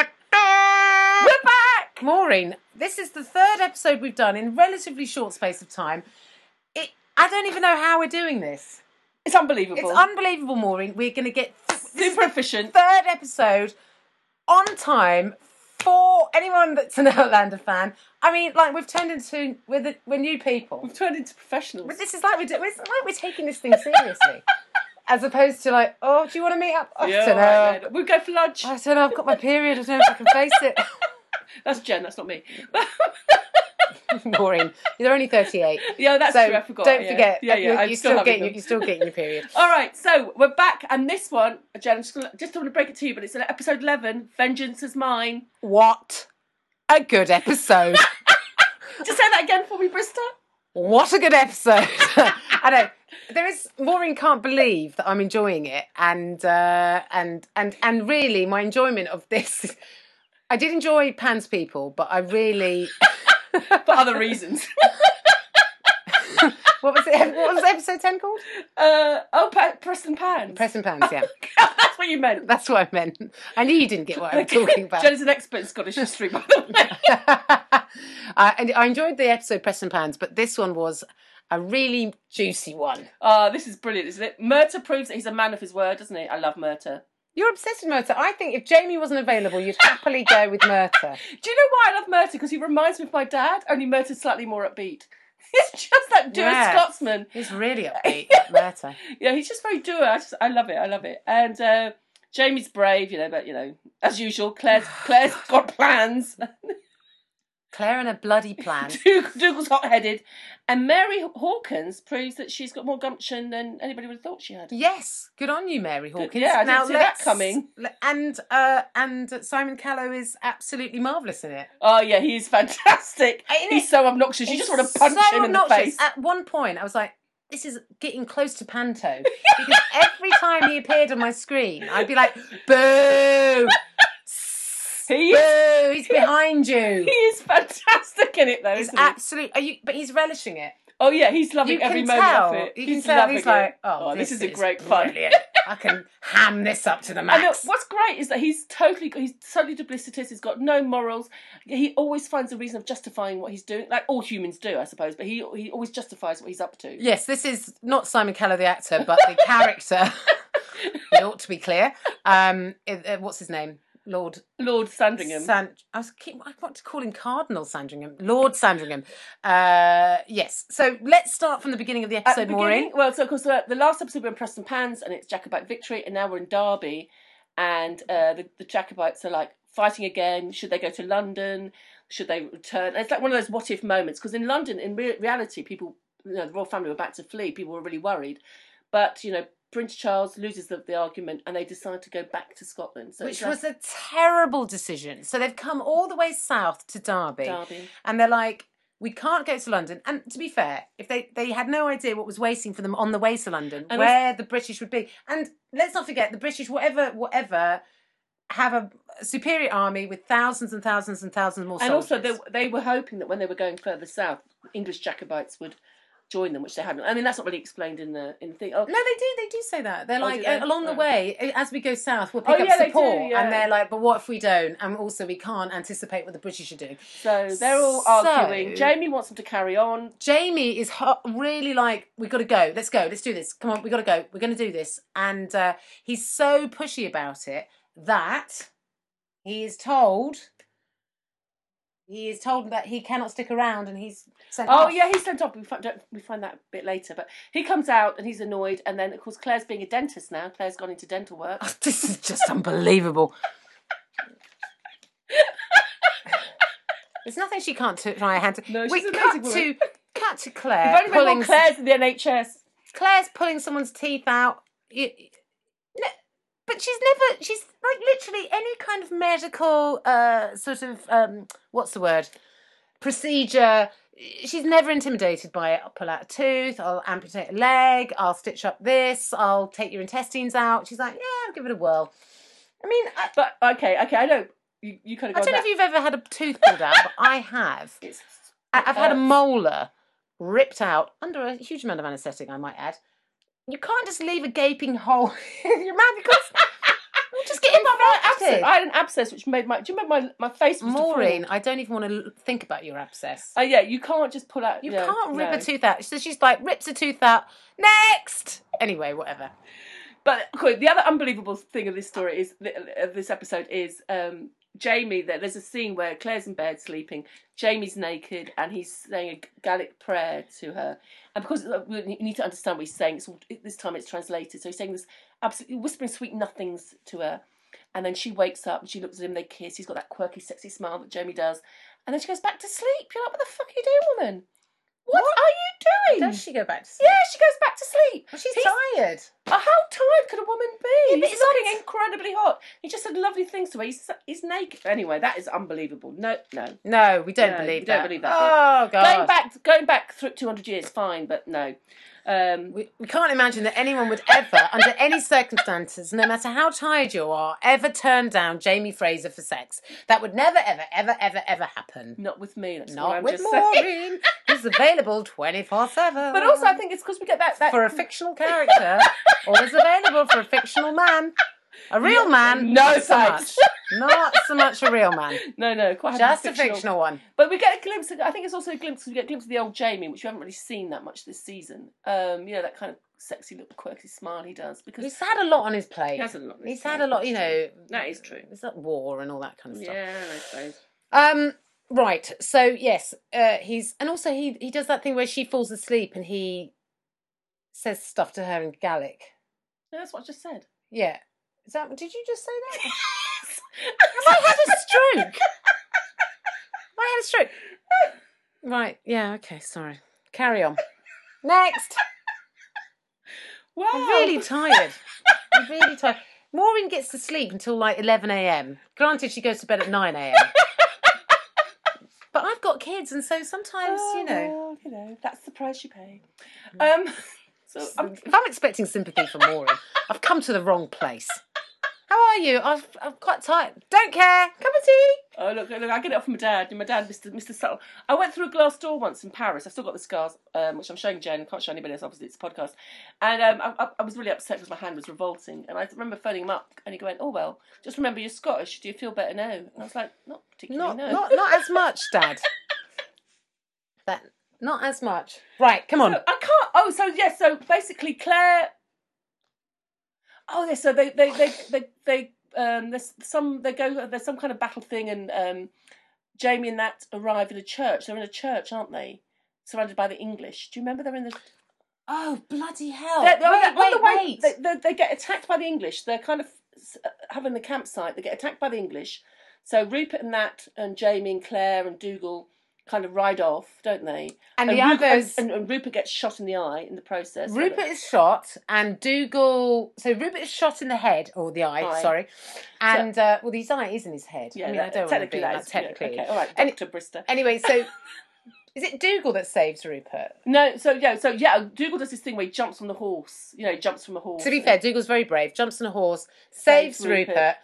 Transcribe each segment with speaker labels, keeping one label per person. Speaker 1: We're back! Maureen, this is the third episode we've done in relatively short space of time. It, I don't even know how we're doing this.
Speaker 2: It's unbelievable.
Speaker 1: It's unbelievable, Maureen. We're going to get th-
Speaker 2: Super efficient.
Speaker 1: third episode on time for anyone that's an Outlander fan. I mean, like, we've turned into, we're, the, we're new people.
Speaker 2: We've turned into professionals.
Speaker 1: But this is like we're, do- it's like we're taking this thing seriously. As opposed to like, oh, do you want to meet up? I
Speaker 2: Yeah,
Speaker 1: don't
Speaker 2: all
Speaker 1: know.
Speaker 2: right, then. We'll go for lunch.
Speaker 1: I don't know. I've got my period. I don't know if I can face it.
Speaker 2: That's Jen, that's not me.
Speaker 1: Maureen, you're only 38.
Speaker 2: yeah, that's
Speaker 1: so
Speaker 2: true, I forgot.
Speaker 1: don't
Speaker 2: yeah.
Speaker 1: forget.
Speaker 2: Yeah, yeah,
Speaker 1: you're,
Speaker 2: I'm
Speaker 1: you're
Speaker 2: still
Speaker 1: still
Speaker 2: having
Speaker 1: getting your,
Speaker 2: them. Oh.
Speaker 1: you're still getting your period.
Speaker 2: All right, so we're back, and this one, Jen, I'm just, gonna, just want to break it to you, but it's an episode 11 Vengeance is Mine.
Speaker 1: What a good episode!
Speaker 2: Just say that again for me, Brister.
Speaker 1: what a good episode! I know there is Maureen can't believe that I'm enjoying it, and uh, and and and really, my enjoyment of this. I did enjoy Pan's People, but I really
Speaker 2: For other reasons.
Speaker 1: what was it? What was episode ten called?
Speaker 2: Uh, oh, pa- press and pans.
Speaker 1: Press and Pans. Yeah,
Speaker 2: That's what you meant.
Speaker 1: that's what I meant. I knew you didn't get what I was talking about.
Speaker 2: Jen is an expert in Scottish history, by the way.
Speaker 1: I, and I enjoyed the episode Press and Pans, but this one was a really juicy one.
Speaker 2: Ah, this is brilliant, isn't it? Murta proves that he's a man of his word, doesn't he? I love Murta.
Speaker 1: You're obsessed with Murta. I think if Jamie wasn't available, you'd happily go with Murta.
Speaker 2: Do you know why I love Murta? Because he reminds me of my dad, only Murta's slightly more upbeat. He's just that dour
Speaker 1: Yeah.
Speaker 2: Scotsman.
Speaker 1: He's really upbeat, that Murta.
Speaker 2: Yeah, he's just very dour. I, just, I love it. I love it. And uh, Jamie's brave, you know, but you know, as usual, Claire's Claire's got plans.
Speaker 1: Claire and her bloody plan.
Speaker 2: Doug- Dougal's hot-headed, and Mary Hawkins proves that she's got more gumption than anybody would have thought she had.
Speaker 1: Yes, good on you, Mary Hawkins.
Speaker 2: yeah, I didn't see that
Speaker 1: let's-
Speaker 2: coming.
Speaker 1: le- And uh, and Simon Callow is absolutely marvellous in it.
Speaker 2: Oh yeah, he's fantastic.
Speaker 1: Isn't
Speaker 2: he's
Speaker 1: it-
Speaker 2: so obnoxious. You just want to punch
Speaker 1: so
Speaker 2: him in the
Speaker 1: obnoxious.
Speaker 2: face.
Speaker 1: At one point, I was like, this is getting close to Panto. Because every time he appeared on my screen, I'd be like, boo!
Speaker 2: He is,
Speaker 1: Boo! He's behind you!
Speaker 2: he is fantastic in it though.
Speaker 1: He's
Speaker 2: Isn't he?
Speaker 1: absolutely, are you, but he's relishing it.
Speaker 2: Oh yeah, he's loving
Speaker 1: You
Speaker 2: every
Speaker 1: can
Speaker 2: moment
Speaker 1: tell.
Speaker 2: of it.
Speaker 1: You
Speaker 2: he's
Speaker 1: can tell.
Speaker 2: loving
Speaker 1: He's
Speaker 2: it.
Speaker 1: like, oh,
Speaker 2: this, is a great fun.
Speaker 1: brilliant. I can ham this up to the
Speaker 2: And look,
Speaker 1: max.
Speaker 2: what's great is that he's totally he's totally duplicitous. He's got no morals. He always finds a reason of justifying what he's doing, like all humans do, I suppose. But he he always justifies what he's up to.
Speaker 1: Yes, this is not Simon Keller the actor, but the character. it ought to be clear. Um, it- uh, what's his name? Lord
Speaker 2: Lord Sandringham.
Speaker 1: San- I was keep, I want to call him Cardinal Sandringham, Lord Sandringham. Uh, yes. So let's start from the beginning of the
Speaker 2: At
Speaker 1: episode,
Speaker 2: the
Speaker 1: Maureen.
Speaker 2: beginning- Well, so of course the, the last episode we're in Preston Pans and it's Jacobite victory, and now we're in Derby, and uh, the, the Jacobites are like fighting again. Should they go to London? Should they return? And it's like one of those what if moments because in London, in re- reality, people, you know, the royal family were about to flee. People were really worried, but you know. Prince Charles loses the, the argument and they decide to go back to Scotland. So
Speaker 1: Which
Speaker 2: it's like
Speaker 1: was a terrible decision. So they've come all the way south to Derby,
Speaker 2: Derby.
Speaker 1: and they're like, "We can't go to London." And to be fair, if they they had no idea what was waiting for them on the way to London,
Speaker 2: And
Speaker 1: where the British would be, and let's not forget the British, whatever, whatever, have a superior army with thousands and thousands and thousands more.
Speaker 2: And
Speaker 1: soldiers.
Speaker 2: also, they, they were hoping that when they were going further south, English Jacobites would join them, which they haven't. I mean, that's not really explained in the in the thing. Oh,
Speaker 1: No, they do. They do say that. They're
Speaker 2: Oh,
Speaker 1: like
Speaker 2: do they?
Speaker 1: uh, along the
Speaker 2: Oh.
Speaker 1: way uh, as we go south, we'll
Speaker 2: Oh,
Speaker 1: pick
Speaker 2: yeah,
Speaker 1: up
Speaker 2: they do,
Speaker 1: support,
Speaker 2: yeah.
Speaker 1: and they're like, "But what if we don't?" And also, we can't anticipate what the British are doing.
Speaker 2: So they're all
Speaker 1: So-
Speaker 2: arguing. Jamie wants them to carry on.
Speaker 1: Jamie is ho- really like, "We got to go. Let's go. Let's do this. Come on, we got to go. We're going to do this." And uh, he's so pushy about it that he is told. He is told that he cannot stick around, and he's sent.
Speaker 2: Oh
Speaker 1: off.
Speaker 2: yeah, he's sent off. We find, don't, we find that a bit later, but he comes out and he's annoyed. And then of course Claire's being a dentist now. Claire's gone into dental work.
Speaker 1: This is just unbelievable. There's nothing she can't t- try her hand to.
Speaker 2: No, she's
Speaker 1: we
Speaker 2: an
Speaker 1: cut
Speaker 2: amazing
Speaker 1: to
Speaker 2: woman.
Speaker 1: cut to
Speaker 2: If
Speaker 1: Claire
Speaker 2: only they
Speaker 1: pulling
Speaker 2: want Claire's in the NHS.
Speaker 1: Claire's pulling someone's teeth out. Y- y- no, But she's never she's like literally any kind of medical uh sort of um what's the word procedure. She's never intimidated by it. I'll pull out a tooth. I'll amputate a leg. I'll stitch up this. I'll take your intestines out. She's like, yeah, I'll give it a whirl. I mean, I,
Speaker 2: But okay, okay, I know you, you kind of.
Speaker 1: I
Speaker 2: Go
Speaker 1: don't know
Speaker 2: on
Speaker 1: if you've ever had a tooth pulled out, but I have.
Speaker 2: that. It's-
Speaker 1: I- I've had a
Speaker 2: hurts.
Speaker 1: molar ripped out under a huge amount of anaesthetic, I might add. You can't just leave a gaping hole in your mouth because you'll just get
Speaker 2: But I had, an
Speaker 1: infected.
Speaker 2: abscess, I had an abscess which made my. Do you remember my, my face was
Speaker 1: Maureen, I don't even want to think about your abscess.
Speaker 2: Oh yeah, you can't just pull out.
Speaker 1: You
Speaker 2: yeah,
Speaker 1: can't rip
Speaker 2: no.
Speaker 1: a tooth out. So she's like, rips a tooth out. Next. Anyway, whatever.
Speaker 2: But okay, the other unbelievable thing of this story is of this episode is um, Jamie. There, there's a scene where Claire's in bed sleeping. Jamie's naked and he's saying a Gaelic prayer to her. And because uh, we need to understand what he's saying, it's, all- this time it's translated. So he's saying this absolutely whispering sweet nothings to her. And then she wakes up and she looks at him. They kiss. He's got that quirky, sexy smile that Jamie does. And then she goes back to sleep. You're like, what the fuck are you doing, woman? What, are you doing?
Speaker 1: Does she go back to sleep?
Speaker 2: yeah, she goes back to sleep.
Speaker 1: She's
Speaker 2: He's-
Speaker 1: tired.
Speaker 2: Oh, how tired could a woman be?
Speaker 1: Yeah, but
Speaker 2: he's
Speaker 1: it's not-
Speaker 2: looking incredibly hot. He just said lovely things to her. He's, he's naked. Anyway, that is unbelievable. No, no.
Speaker 1: No, we don't
Speaker 2: No,
Speaker 1: believe
Speaker 2: we
Speaker 1: that.
Speaker 2: don't believe that
Speaker 1: Oh, God.
Speaker 2: Going back, going back through two hundred years, fine, but no. Um,
Speaker 1: We, we can't imagine that anyone would ever, under any circumstances, no matter how tired you are, ever turn down Jamie Fraser for sex. That would never, ever, ever, ever, ever happen.
Speaker 2: not with me. That's what
Speaker 1: Not
Speaker 2: I'm
Speaker 1: with
Speaker 2: just saying.
Speaker 1: Maureen, who's available 24 7.
Speaker 2: But also, I think it's because we get that, that
Speaker 1: for a fictional character, always available for a fictional man. A real man,
Speaker 2: no
Speaker 1: not so much.
Speaker 2: thanks.
Speaker 1: Not so much a real man,
Speaker 2: no, no, quite
Speaker 1: just
Speaker 2: happy with
Speaker 1: a fictional one.
Speaker 2: But we get a glimpse. Of, I think it's also a glimpse. We get a glimpse of the old Jamie, which we haven't really seen that much this season. Um, you know that kind of sexy little quirky smile he does because
Speaker 1: He's had a lot on his plate.
Speaker 2: he has a lot. of
Speaker 1: He's
Speaker 2: this
Speaker 1: had a lot, you
Speaker 2: thing.
Speaker 1: know.
Speaker 2: That is true.
Speaker 1: It's like war and all that kind of stuff.
Speaker 2: Yeah, I suppose.
Speaker 1: Um, right. So yes, uh, he's and also he he does that thing where she falls asleep and he says stuff to her in Gaelic.
Speaker 2: No, that's what I just said.
Speaker 1: Yeah. Is that? Did you just say that? Have I had a stroke? Have I had a stroke? Right. Yeah. Okay. Sorry. Carry on. Next.
Speaker 2: wow.
Speaker 1: I'm really tired. I'm really tired. Maureen gets to sleep until like 11 a.m. Granted, she goes to bed at 9 a.m. but I've got kids, and so sometimes,
Speaker 2: Oh,
Speaker 1: you know, Mm.
Speaker 2: well, you know, that's the price you pay. Um, so I'm,
Speaker 1: if I'm expecting sympathy from Maureen, I've come to the wrong place. How are you? I've, I'm quite tired. Don't care. Cup of tea.
Speaker 2: oh look, look, I get it off my dad. My dad, Mr. Mr. Subtle. I went through a glass door once in Paris. I've still got the scars, um, which I'm showing Jen. Can't show anybody else. Obviously, it's a podcast. And um, I- I, I was really upset because my hand was revolting. And I remember phoning him up, and he going, "Oh well, just remember you're Scottish. Do you feel better now?" And I was like, "Not particularly.
Speaker 1: Not,
Speaker 2: no."
Speaker 1: not, not as much, Dad. That not as much. Right, come on.
Speaker 2: So I can't. Oh, so yes. so basically, Claire. Oh, yeah. So they they they they, they um. There's some they go. There's some kind of battle thing, and um, Jamie and that arrive at a church. They're in a church, aren't they? Surrounded by the English. Do you remember they're in the?
Speaker 1: Oh bloody hell!
Speaker 2: They're, they're on
Speaker 1: wait,
Speaker 2: the- on the
Speaker 1: wait,
Speaker 2: way-
Speaker 1: wait.
Speaker 2: They, they, they get attacked by the English. They're kind of uh, having the campsite. They get attacked by the English. So Rupert and that and Jamie and Claire and Dougal kind of ride off, don't they?
Speaker 1: and, the
Speaker 2: Rupert,
Speaker 1: others.
Speaker 2: and, and Rupert gets shot in the eye in the process.
Speaker 1: Rupert is shot, and Dougal. So Rupert is shot in the head or the eye,
Speaker 2: Eye.
Speaker 1: sorry. And uh, well, his eye is in his head. I mean, I don't want to be
Speaker 2: technically
Speaker 1: that
Speaker 2: that's
Speaker 1: technically.
Speaker 2: Okay, all right,
Speaker 1: Any-
Speaker 2: Doctor Brister.
Speaker 1: Anyway, so is it Dougal that saves Rupert?
Speaker 2: No, so yeah, so yeah, Dougal does this thing where he jumps on the horse. You know, he jumps from a horse.
Speaker 1: To be fair, Dougal's very brave. Jumps on a horse, saves,
Speaker 2: Saves
Speaker 1: Rupert.
Speaker 2: Rupert.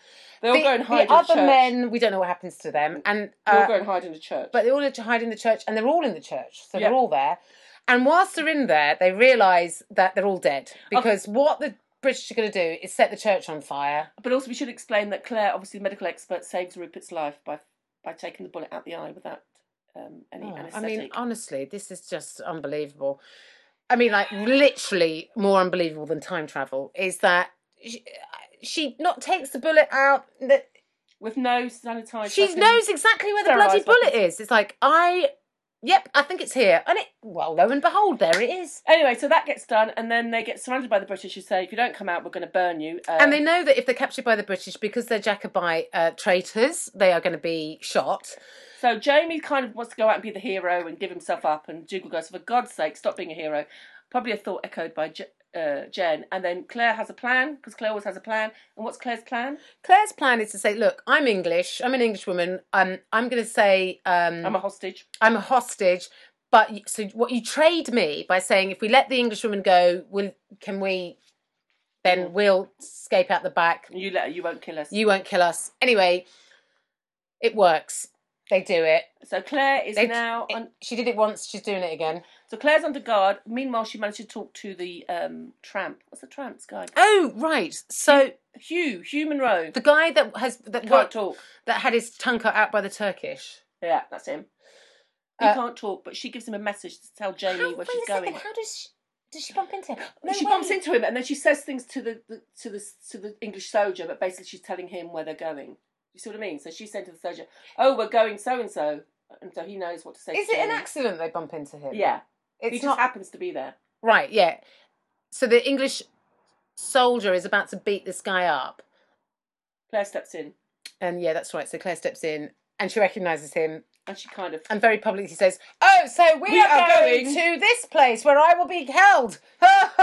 Speaker 2: they all
Speaker 1: the,
Speaker 2: go and
Speaker 1: the
Speaker 2: hide in a
Speaker 1: other
Speaker 2: church.
Speaker 1: men, we don't know what happens to them, and
Speaker 2: they all
Speaker 1: uh,
Speaker 2: go and hide in a church.
Speaker 1: but they all have to hide in the church, and they're all in the church, so
Speaker 2: Yeah.
Speaker 1: they're all there. And whilst they're in there, they realise that they're all dead because what the British are going to do is set the church on fire.
Speaker 2: but also, we should explain that Claire, obviously the medical expert, saves Rupert's life by by taking the bullet out the eye without um, any
Speaker 1: Oh, I
Speaker 2: anaesthetic.
Speaker 1: mean, honestly, this is just unbelievable. I mean, like literally more unbelievable than time travel is that she, she not takes the bullet out. That
Speaker 2: with no sanitised.
Speaker 1: she
Speaker 2: weapons.
Speaker 1: knows exactly where the bloody
Speaker 2: Sterilise weapons.
Speaker 1: bullet is. It's like I, yep, I think it's here, and it. Well, lo and behold, there it is.
Speaker 2: Anyway, so that gets done, and then they get surrounded by the British, who say, "If you don't come out, we're going to burn you." Um,
Speaker 1: And they know that if they're captured by the British, because they're Jacobite uh, traitors, they are going to be shot.
Speaker 2: So Jamie kind of wants to go out and be the hero and give himself up, and Dougal goes, "For God's sake, stop being a hero." Probably a thought echoed by J- uh, Jen. And then Claire has a plan because Claire always has a plan. And what's Claire's plan?
Speaker 1: Claire's plan is to say, "Look, I'm English. I'm an Englishwoman. Um, I'm going to say um,
Speaker 2: I'm a hostage.
Speaker 1: I'm a hostage." But y- so what you trade me by saying, if we let the Englishwoman go, will can we? Then we'll escape out the back.
Speaker 2: And you let her, you won't kill us.
Speaker 1: You won't kill us anyway. It works. They do it.
Speaker 2: So Claire is
Speaker 1: They-
Speaker 2: now on.
Speaker 1: She did it once. She's doing it again.
Speaker 2: So Claire's under guard. Meanwhile, she managed to talk to the um, tramp. What's the tramp's guy?
Speaker 1: Oh right. So
Speaker 2: Hugh, Hugh Monroe.
Speaker 1: the guy that has that
Speaker 2: can't
Speaker 1: got,
Speaker 2: talk.
Speaker 1: that had his tongue cut out by the Turkish.
Speaker 2: Yeah, that's him. He
Speaker 1: Uh,
Speaker 2: can't talk, but she gives him a message to tell Jamie
Speaker 1: How,
Speaker 2: where
Speaker 1: wait
Speaker 2: she's
Speaker 1: a second.
Speaker 2: going.
Speaker 1: How does she? Does she bump into him? No
Speaker 2: she bumps
Speaker 1: way.
Speaker 2: into him, and then she says things to the, the to the to the English soldier, but basically she's telling him where they're going. You see what I mean? So she's saying to the soldier, "Oh, we're going so and so," and so he knows what to say.
Speaker 1: Is
Speaker 2: to
Speaker 1: it an
Speaker 2: Jamie.
Speaker 1: accident they bump into him?
Speaker 2: Yeah, he
Speaker 1: It's
Speaker 2: just
Speaker 1: not
Speaker 2: happens to be there.
Speaker 1: right. Yeah. So the English soldier is about to beat this guy up,
Speaker 2: Claire steps in,
Speaker 1: and yeah, that's right. So Claire steps in, and she recognises him,
Speaker 2: and she kind of
Speaker 1: and very publicly says, "Oh, so we,
Speaker 2: We
Speaker 1: are,
Speaker 2: are
Speaker 1: going,
Speaker 2: going-
Speaker 1: to this place where I will be held."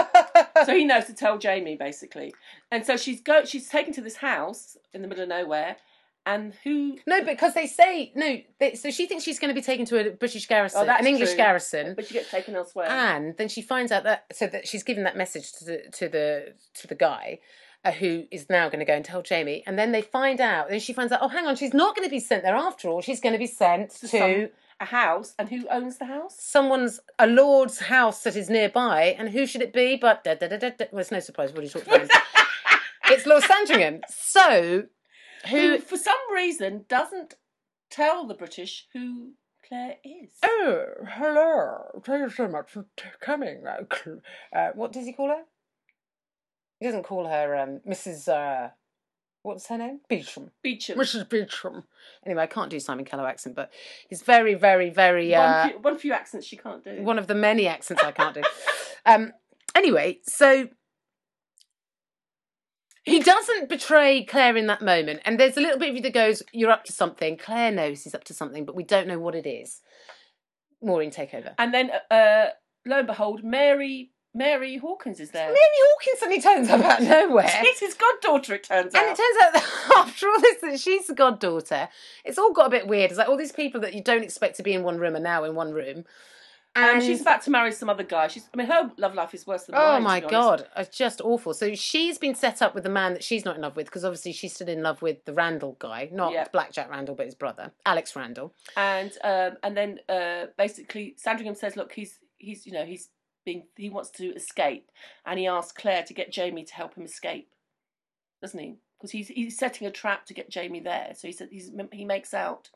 Speaker 2: so he knows to tell Jamie basically. And so she's go she's taken to this house in the middle of nowhere, and who
Speaker 1: no, because they say no. They, so she thinks she's going to be taken to a British garrison,
Speaker 2: Oh, that's
Speaker 1: an English
Speaker 2: true.
Speaker 1: garrison,
Speaker 2: but she gets taken elsewhere.
Speaker 1: and then she finds out that so that she's given that message to the to the to the guy. Uh, who is now going to go and tell Jamie? And then they find out. Then she finds out. Oh, hang on, she's not going to be sent there after all. She's going to be sent
Speaker 2: To
Speaker 1: to,
Speaker 2: some- a house, and who owns the house?
Speaker 1: someone's a lord's house that is nearby, and who should it be? But da, da, da, da, da. well, it's no surprise we've already talked about it. it's Lord Sandringham. So,
Speaker 2: Who,
Speaker 1: who?
Speaker 2: for some reason, doesn't tell the British who Claire is.
Speaker 1: Oh, hello! Thank you so much for t- coming. Uh, cl- uh, what does he call her? He doesn't call her um, Mrs. Uh, what's her name? Beecham.
Speaker 2: Beecham.
Speaker 1: Mrs. Beecham. Anyway, I can't do Simon Kello accent, but he's very, very, very. Uh,
Speaker 2: One, few, one few accents she can't do.
Speaker 1: one of the many accents I can't do. Um, anyway, so he doesn't betray Claire in that moment, and there's a little bit of you that goes, "You're up to something." Claire knows he's up to something, but we don't know what it is. Maureen takeover.
Speaker 2: And then, uh, lo and behold, Mary Mary Hawkins is there.
Speaker 1: Uh, Mary Hawkins suddenly turns up out of nowhere.
Speaker 2: It's his goddaughter, it turns
Speaker 1: And
Speaker 2: out.
Speaker 1: it turns out that after all this, that she's the goddaughter. It's all got a bit weird. It's like all these people that you don't expect to be in one room are now in one room.
Speaker 2: and, Um, she's about to marry some other guy. She's, I mean, her love life is worse than
Speaker 1: Oh
Speaker 2: mine. to
Speaker 1: my
Speaker 2: be honest.
Speaker 1: god, it's just awful. So she's been set up with the man that she's not in love with because obviously she's still in love with the Randall guy, not
Speaker 2: Yeah.
Speaker 1: Blackjack Randall, but his brother, Alex Randall.
Speaker 2: and um, and then uh, basically Sandringham says, "Look, he's he's you know he's being he wants to escape," and he asks Claire to get Jamie to help him escape, doesn't he? Because he's he's setting a trap to get Jamie there. So he said he's he makes out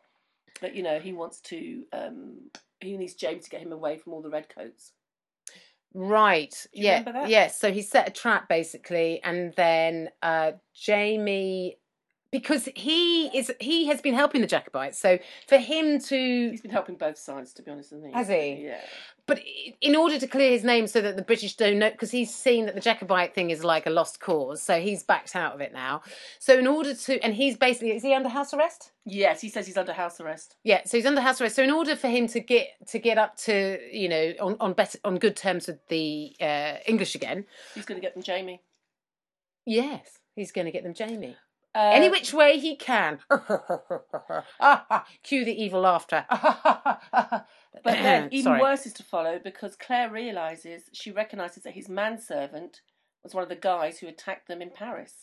Speaker 2: that you know he wants to um, he needs Jamie to get him away from all the redcoats.
Speaker 1: Right.
Speaker 2: you
Speaker 1: yeah.
Speaker 2: remember that?
Speaker 1: Yes. So he set a trap basically, and then uh, Jamie, because he is he has been helping the Jacobites, so for him to,
Speaker 2: He's been helping both sides, to be honest, hasn't he?
Speaker 1: Has he?
Speaker 2: Yeah.
Speaker 1: but i- in order to clear his name so that the British don't know, because he's seen that the Jacobite thing is like a lost cause, so he's backed out of it now. So in order to, and he's basically is he under house arrest?
Speaker 2: Yes, he says he's under house arrest.
Speaker 1: Yeah, so he's under house arrest. So in order for him to get to get up to you know on on better on good terms with the uh, English again,
Speaker 2: He's going to get them Jamie.
Speaker 1: yes, he's going to get them Jamie
Speaker 2: Uh,
Speaker 1: any which way he can. Cue the evil laughter.
Speaker 2: But then, even
Speaker 1: Sorry.
Speaker 2: worse is to follow because Claire realizes she recognizes that his manservant was one of the guys who attacked them in Paris.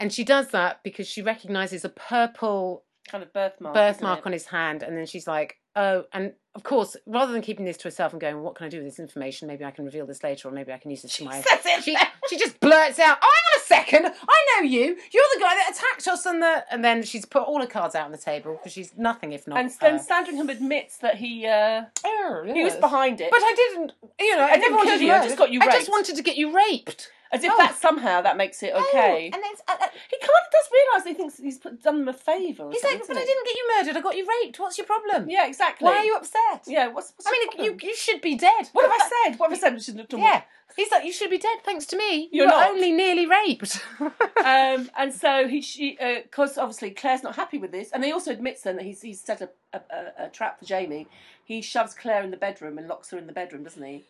Speaker 1: and she does that because she recognizes a purple
Speaker 2: Kind of birthmark. Oh, isn't
Speaker 1: birthmark
Speaker 2: it?
Speaker 1: on his hand, and then she's like, "Oh!" And of course, rather than keeping this to herself and going, "What can I do with this information? Maybe I can reveal this later, or maybe I can use this to my."
Speaker 2: That's it.
Speaker 1: She she just blurts out, "Oh, hang on a second! I know you. You're the guy that attacked us." And the and then she's put all her cards out on the table because she's nothing if not.
Speaker 2: and then
Speaker 1: her.
Speaker 2: Sandringham admits that he uh,
Speaker 1: Oh,
Speaker 2: he was
Speaker 1: yes.
Speaker 2: behind it,
Speaker 1: But I didn't. You know, I,
Speaker 2: didn't
Speaker 1: never wanted
Speaker 2: kill
Speaker 1: to
Speaker 2: you, I
Speaker 1: murder.
Speaker 2: just got you
Speaker 1: I just
Speaker 2: raped.
Speaker 1: wanted to get you raped.
Speaker 2: as if
Speaker 1: oh.
Speaker 2: that somehow that makes it okay.
Speaker 1: Oh, and it's, uh, uh,
Speaker 2: he kind of does realise that he thinks he's put, done them a favour. or
Speaker 1: he's
Speaker 2: something,
Speaker 1: like, "But I
Speaker 2: isn't he?
Speaker 1: didn't get you murdered. I got you raped. What's your problem?
Speaker 2: Yeah, exactly.
Speaker 1: Why are you upset?
Speaker 2: Yeah, what's, what's
Speaker 1: I
Speaker 2: your
Speaker 1: mean,
Speaker 2: problem?
Speaker 1: you you should be dead.
Speaker 2: What have I said? What have I said? We shouldn't have done
Speaker 1: Yeah. He's like, you should be dead, thanks to me. You
Speaker 2: You're
Speaker 1: were
Speaker 2: not."
Speaker 1: only nearly raped.
Speaker 2: um, and so he, she, because obviously Claire's not happy with this, and he also admits then that he's he's set a, a, a, a trap for Jamie. He shoves Claire in the bedroom and locks her in the bedroom, doesn't he?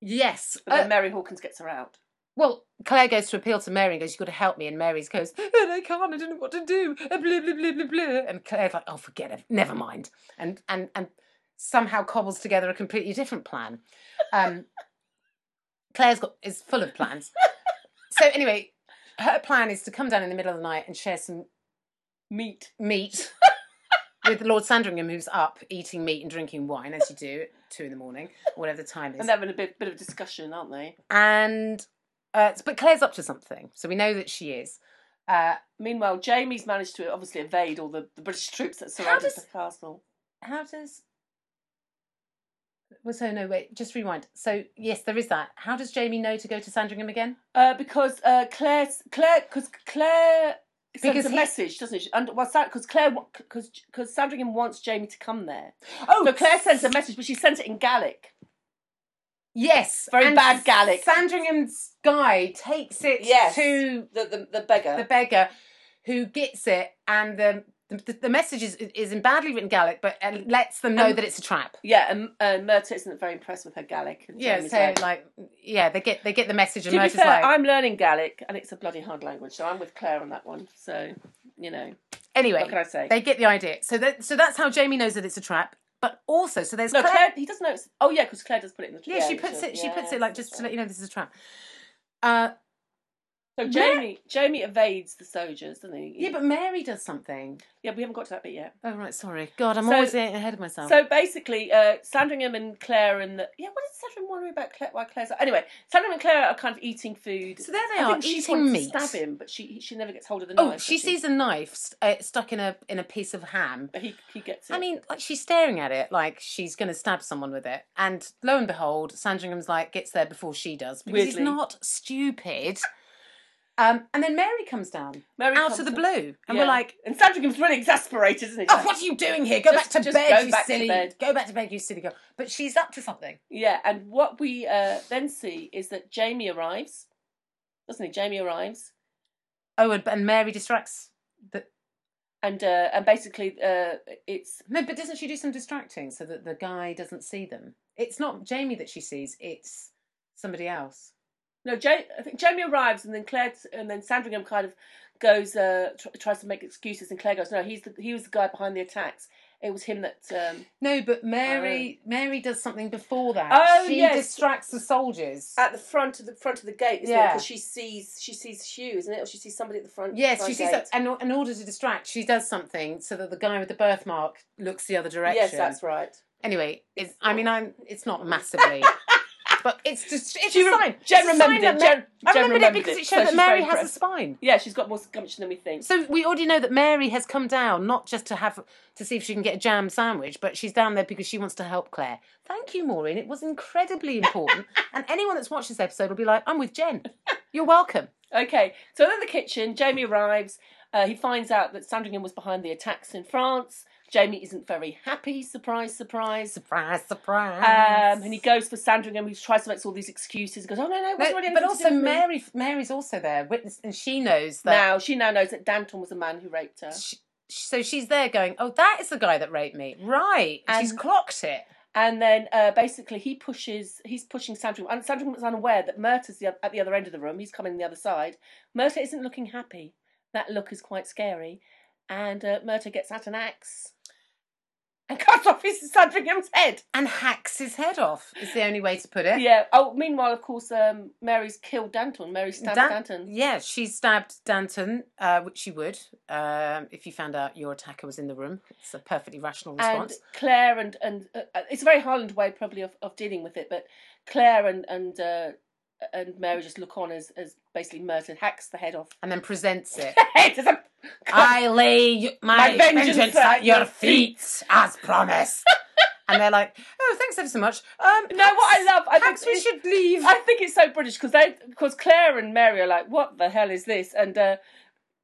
Speaker 1: yes.
Speaker 2: But then
Speaker 1: Uh,
Speaker 2: Mary Hawkins gets her out.
Speaker 1: well, Claire goes to appeal to Mary and goes, you've got to help me. And Mary goes, "Oh, I can't, I don't know what to do. Uh, Blah, blah, blah, blah, blah. And Claire's like, oh, forget it. Never mind. And, and, and somehow cobbles together a completely different plan. Um, Claire's got, is full of plans. so anyway, her plan is to come down in the middle of the night and share some
Speaker 2: Meat.
Speaker 1: meat. with Lord Sandringham, who's up eating meat and drinking wine, as you do at two in the morning, or whatever the time is.
Speaker 2: And they're having a bit, bit of discussion, aren't they?
Speaker 1: And uh, but Claire's up to something, so we know that she is. Uh,
Speaker 2: Meanwhile, Jamie's managed to obviously evade all the, the British troops that
Speaker 1: How
Speaker 2: surrounded
Speaker 1: does-
Speaker 2: the castle.
Speaker 1: how does well, so no wait, just rewind. So yes, there is that. How does Jamie know to go to Sandringham again?
Speaker 2: Uh, because uh, Claire, Claire, because Claire sends
Speaker 1: Because
Speaker 2: a
Speaker 1: he-
Speaker 2: message, doesn't she? And well, because Claire, because because Sandringham wants Jamie to come there.
Speaker 1: Oh,
Speaker 2: So Claire sends a message, but she sends it in Gaelic.
Speaker 1: yes,
Speaker 2: Very
Speaker 1: and
Speaker 2: bad Gaelic.
Speaker 1: Sandringham's guy takes it
Speaker 2: Yes.
Speaker 1: to
Speaker 2: The the, the beggar.
Speaker 1: the beggar who gets it, and the the, the message is, is in badly written Gaelic, but uh, lets them know
Speaker 2: And-
Speaker 1: that it's a trap.
Speaker 2: yeah, and, and Myrta isn't very impressed with her Gaelic. And
Speaker 1: Yeah,
Speaker 2: Jamie's
Speaker 1: so
Speaker 2: like-
Speaker 1: like yeah, they get they get the message,
Speaker 2: to
Speaker 1: and
Speaker 2: be
Speaker 1: Murder's
Speaker 2: fair,
Speaker 1: like
Speaker 2: I'm learning Gaelic, and it's a bloody hard language, so I'm with Claire on that one. So you know,
Speaker 1: anyway.
Speaker 2: what can I say?
Speaker 1: They get the idea. So that so that's how Jamie knows that it's a trap. But also, so there's
Speaker 2: no,
Speaker 1: Claire-
Speaker 2: Claire. He doesn't know. It's, oh yeah, because Claire does put it in the.
Speaker 1: Yeah, she puts it. She puts it like just to let you know this is a trap. Uh,
Speaker 2: So
Speaker 1: Meh.
Speaker 2: Jamie, Jamie evades the soldiers, doesn't he?
Speaker 1: yeah, but Mary does something.
Speaker 2: yeah, we haven't got to that bit yet.
Speaker 1: Oh right, sorry. God, I'm
Speaker 2: So-
Speaker 1: always getting ahead of myself.
Speaker 2: So basically, uh, Sandringham and Claire and the, yeah, what did Sandringham worry about Claire? Why Claire's anyway? Sandringham and Claire are kind of eating food.
Speaker 1: So there they
Speaker 2: I
Speaker 1: are
Speaker 2: think she
Speaker 1: eating
Speaker 2: wants
Speaker 1: meat.
Speaker 2: To stab him, but she she never gets hold of the knife.
Speaker 1: oh,
Speaker 2: does
Speaker 1: she sees a knife st- uh, stuck in a in a piece of ham.
Speaker 2: But he he gets it.
Speaker 1: I mean, like she's staring at it like she's going to stab someone with it. And lo and behold, Sandringham's like gets there before she does because he's
Speaker 2: Weirdly.
Speaker 1: not stupid. Um, and then Mary comes down
Speaker 2: Mary
Speaker 1: out
Speaker 2: comes
Speaker 1: of the
Speaker 2: up-
Speaker 1: blue, and
Speaker 2: Yeah.
Speaker 1: we're like,
Speaker 2: and Sandringham's really exasperated, isn't he?
Speaker 1: Oh,
Speaker 2: Like,
Speaker 1: what are you doing here? Go
Speaker 2: Just-
Speaker 1: back to
Speaker 2: just
Speaker 1: bed,
Speaker 2: go
Speaker 1: you
Speaker 2: back to
Speaker 1: silly.
Speaker 2: bed.
Speaker 1: Go back to bed, you silly girl. But she's up to something.
Speaker 2: Yeah, and what we uh, then see is that Jamie arrives, doesn't he? Jamie arrives,
Speaker 1: Oh, and, and Mary distracts. The,
Speaker 2: and uh, and basically uh, it's
Speaker 1: no, but doesn't she do some distracting so that the guy doesn't see them? It's not Jamie that she sees; it's somebody else.
Speaker 2: no. Ja- I think Jamie arrives, and then Claire and then Sandringham kind of goes uh, tr- tries to make excuses, and Claire goes, "No, he's the, he was the guy behind the attacks. It was him that." Um,
Speaker 1: No, but Mary Mary does something before that.
Speaker 2: Oh,
Speaker 1: she
Speaker 2: yes.
Speaker 1: distracts the soldiers.
Speaker 2: at the front of the front of the gate,
Speaker 1: isn't it? Yeah. 'Cause
Speaker 2: she sees she sees Hugh, isn't it? Or she sees somebody at the front.
Speaker 1: yes, she sees that, and in order to distract, she does something so that the guy with the birthmark looks the other direction.
Speaker 2: right.
Speaker 1: Anyway, it's, I mean, I'm. It's not massively, but it's just. It's
Speaker 2: She
Speaker 1: a
Speaker 2: re-
Speaker 1: sign.
Speaker 2: Jen
Speaker 1: It's a
Speaker 2: remembered
Speaker 1: sign
Speaker 2: it.
Speaker 1: that
Speaker 2: Jen,
Speaker 1: Ma- I
Speaker 2: Jen
Speaker 1: remembered,
Speaker 2: remembered
Speaker 1: it because it
Speaker 2: so
Speaker 1: showed that
Speaker 2: she's
Speaker 1: Mary
Speaker 2: very
Speaker 1: has a
Speaker 2: impressed.
Speaker 1: spine.
Speaker 2: Yeah, she's got more gumption than we think.
Speaker 1: So we already know that Mary has come down not just to have to see if she can get a jam sandwich, but she's down there because she wants to help Claire. Thank you, Maureen. It was incredibly important. and anyone that's watched this episode will be like, "I'm with Jen. You're welcome."
Speaker 2: Okay, so in the kitchen, Jamie arrives. Uh, he finds out that Sandringham was behind the attacks in France. Jamie isn't very happy. Surprise, surprise.
Speaker 1: Surprise,
Speaker 2: Um,
Speaker 1: surprise.
Speaker 2: and he goes for Sandringham, who tries to make all these excuses. He goes, oh no, no, it
Speaker 1: No,
Speaker 2: wasn't really
Speaker 1: but
Speaker 2: anything to
Speaker 1: also
Speaker 2: do with me."
Speaker 1: Mary. Mary's also there, witness, and she knows that.
Speaker 2: Now she now knows that Danton was the man who raped her,
Speaker 1: She, so she's there going, "Oh, that is the guy that raped me, right?" And she's
Speaker 2: And-
Speaker 1: clocked it.
Speaker 2: and then uh, basically he pushes, he's pushing Sandringham, and Sandringham is unaware that Murta's the, oth- at the other end of the room. He's coming the other side. Murta isn't looking happy. That look is quite scary, and uh, Murta gets out an axe and cuts off his Sandringham's head.
Speaker 1: and hacks his head off. Is the only way to put it.
Speaker 2: Yeah. Oh, meanwhile, of course, um, Mary's killed Danton. Mary stabs
Speaker 1: Dan-
Speaker 2: Danton.
Speaker 1: Yeah, she stabbed Danton, uh, which you would um, if you found out your attacker was in the room. It's a perfectly rational
Speaker 2: And
Speaker 1: response.
Speaker 2: Claire and and uh, uh, it's a very Highland way probably of, of dealing with it, but Claire and and uh, and Mary just look on as, as basically Merton hacks the head off.
Speaker 1: And, then presents it.
Speaker 2: The head is a
Speaker 1: I lay my,
Speaker 2: My vengeance
Speaker 1: vengeance,
Speaker 2: at
Speaker 1: at
Speaker 2: your
Speaker 1: your feet, as promised. and they're like, "Oh, thanks ever so much." Um,
Speaker 2: no. What I love, I think
Speaker 1: Perhaps we should leave.
Speaker 2: I think it's so British because they because Claire and Mary are like, what the hell is this? And uh,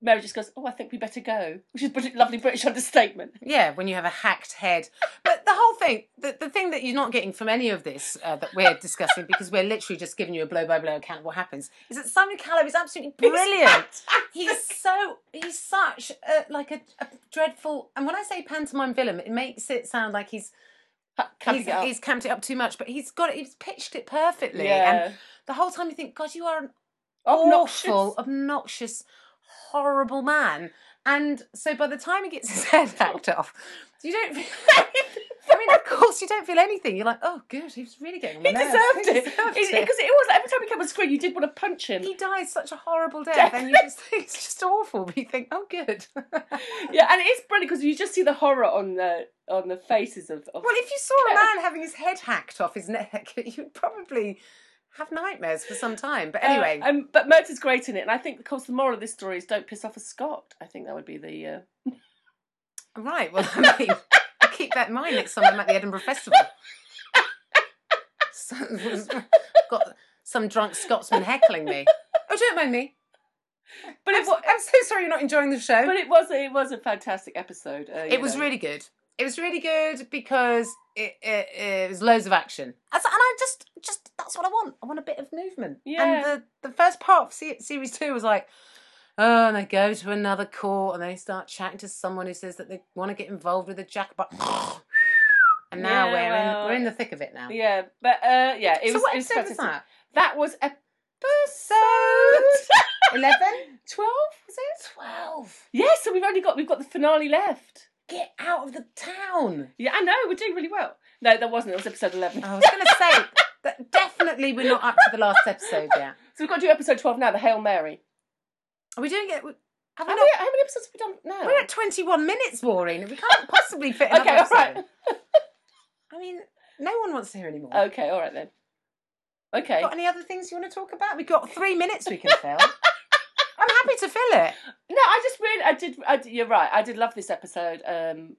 Speaker 2: Mary just goes, oh, I think we better go, which is British, lovely British understatement.
Speaker 1: Yeah, when you have a hacked head. But the whole thing, the, the thing that you're not getting from any of this uh, that we're discussing, because we're literally just giving you a blow by blow account of what happens, is that Simon Callow is absolutely brilliant. He's so, he's such a, like a, a dreadful, and when I say pantomime villain, it makes it sound like he's
Speaker 2: Cutting
Speaker 1: he's,
Speaker 2: it up.
Speaker 1: he's camped it up too much, but he's got it, he's pitched it perfectly.
Speaker 2: yeah.
Speaker 1: And the whole time you think, God, you are an
Speaker 2: Obnoxious.
Speaker 1: awful, obnoxious, horrible man. And so by the time he gets his head hacked off, you don't. I mean, of course, you don't feel anything. You're like, oh, good, he was really getting on my
Speaker 2: He
Speaker 1: nerves.
Speaker 2: deserved
Speaker 1: He
Speaker 2: it
Speaker 1: deserved
Speaker 2: because it,
Speaker 1: it.
Speaker 2: was like, every time he came on screen, you did want to punch him.
Speaker 1: He died such a horrible death, and you just think it's just awful. But you think, oh, good.
Speaker 2: Yeah, and it is brilliant because you just see the horror on the on the faces of. of
Speaker 1: Well, if you saw a man having his head hacked off his neck, you'd probably have nightmares for some time. But anyway,
Speaker 2: Uh, um, but Murta's great in it, and I think, of course, the moral of this story is don't piss off a Scot. I think that would be the. Uh...
Speaker 1: right. Well, I mean, I'll keep that in mind next time I'm at the Edinburgh Festival. So- got some drunk Scotsman heckling me. Oh, don't mind me.
Speaker 2: But
Speaker 1: I'm,
Speaker 2: it was.
Speaker 1: I'm so sorry you're not enjoying the show.
Speaker 2: But it was. It was a fantastic episode. Uh, you
Speaker 1: it was
Speaker 2: know.
Speaker 1: really good. It was really good because it, it, it was loads of action. That's- And I just, just that's what I want. I want a bit of movement.
Speaker 2: Yeah.
Speaker 1: And the, the first part of se- series two was like, oh, and they go to another court and they start chatting to someone who says that they want to get involved with the Jacobite. and now
Speaker 2: Yeah,
Speaker 1: we're in
Speaker 2: well-
Speaker 1: we're in the thick of it now.
Speaker 2: Yeah, but uh, yeah, it
Speaker 1: so
Speaker 2: was.
Speaker 1: what
Speaker 2: it was
Speaker 1: episode was
Speaker 2: fantastic.
Speaker 1: that?
Speaker 2: That was
Speaker 1: Episode
Speaker 2: episode
Speaker 1: eleven.
Speaker 2: twelve. Was it?
Speaker 1: Twelve.
Speaker 2: Yes, so we've only got we've got the finale left.
Speaker 1: Get out of the town.
Speaker 2: Yeah, I know we're doing really well. No, that wasn't. It was episode eleven.
Speaker 1: I was going to say that definitely we're not up to the last episode yet.
Speaker 2: So we've got to do episode twelve now. The Hail Mary.
Speaker 1: Are we doing it? Have we
Speaker 2: How
Speaker 1: not?
Speaker 2: many, how many episodes have we done now?
Speaker 1: We're at 21 minutes, Maureen. We can't possibly fit another
Speaker 2: okay, all
Speaker 1: episode.
Speaker 2: right.
Speaker 1: I mean, no one wants to hear anymore.
Speaker 2: Okay, all right then. Okay.
Speaker 1: Got any other things you want to talk about? We've got three minutes we can fill. I'm happy to fill it.
Speaker 2: No, I just really, I did, I did. You're right. I did love this episode. Um,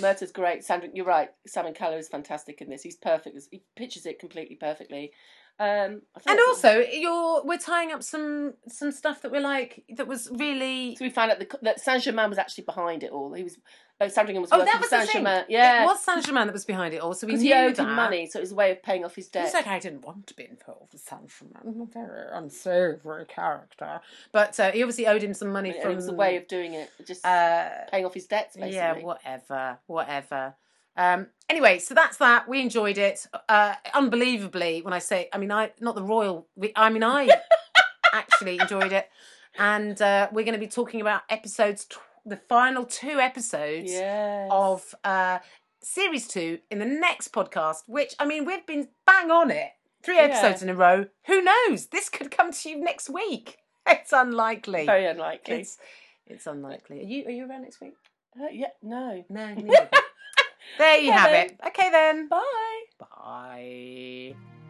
Speaker 2: Murta's great. Sandra, you're right. Simon Callow is fantastic in this. He's perfect. He pitches it completely perfectly. Um, I think
Speaker 1: And
Speaker 2: that's-
Speaker 1: also, you're we're tying up some some stuff that we're like that was really.
Speaker 2: so we found out the, that Saint Germain was actually behind it all. He was. Uh, Sandringham was
Speaker 1: Oh,
Speaker 2: working
Speaker 1: that
Speaker 2: for
Speaker 1: was the
Speaker 2: Saint
Speaker 1: thing.
Speaker 2: Germain. Yeah,
Speaker 1: It was Saint Germain that was behind it all, so we
Speaker 2: because
Speaker 1: knew
Speaker 2: he owed
Speaker 1: that.
Speaker 2: him money, so it was a way of paying off his debt.
Speaker 1: He's like, I didn't want to be involved with Saint Germain. I'm a very unsavory character. But uh, he obviously owed him some money
Speaker 2: And
Speaker 1: from
Speaker 2: it was a way of doing it, just
Speaker 1: uh,
Speaker 2: paying off his debts. Basically.
Speaker 1: yeah, whatever, whatever. Um, anyway, so that's that. We enjoyed it uh, unbelievably. When I say, I mean, I not the royal. We, I mean, I actually enjoyed it, and uh, we're going to be talking about episodes, tw- the final two episodes
Speaker 2: Yes.
Speaker 1: of uh, series two in the next podcast. Which I mean, we've been bang on it three
Speaker 2: Yeah.
Speaker 1: episodes in a row. Who knows? This could come to you next week. It's unlikely.
Speaker 2: very unlikely.
Speaker 1: It's, it's unlikely. Are you are you around next week?
Speaker 2: Uh, yeah, no.
Speaker 1: No. neither. there you
Speaker 2: Yeah,
Speaker 1: have
Speaker 2: then.
Speaker 1: it. Okay then.
Speaker 2: Bye.
Speaker 1: Bye.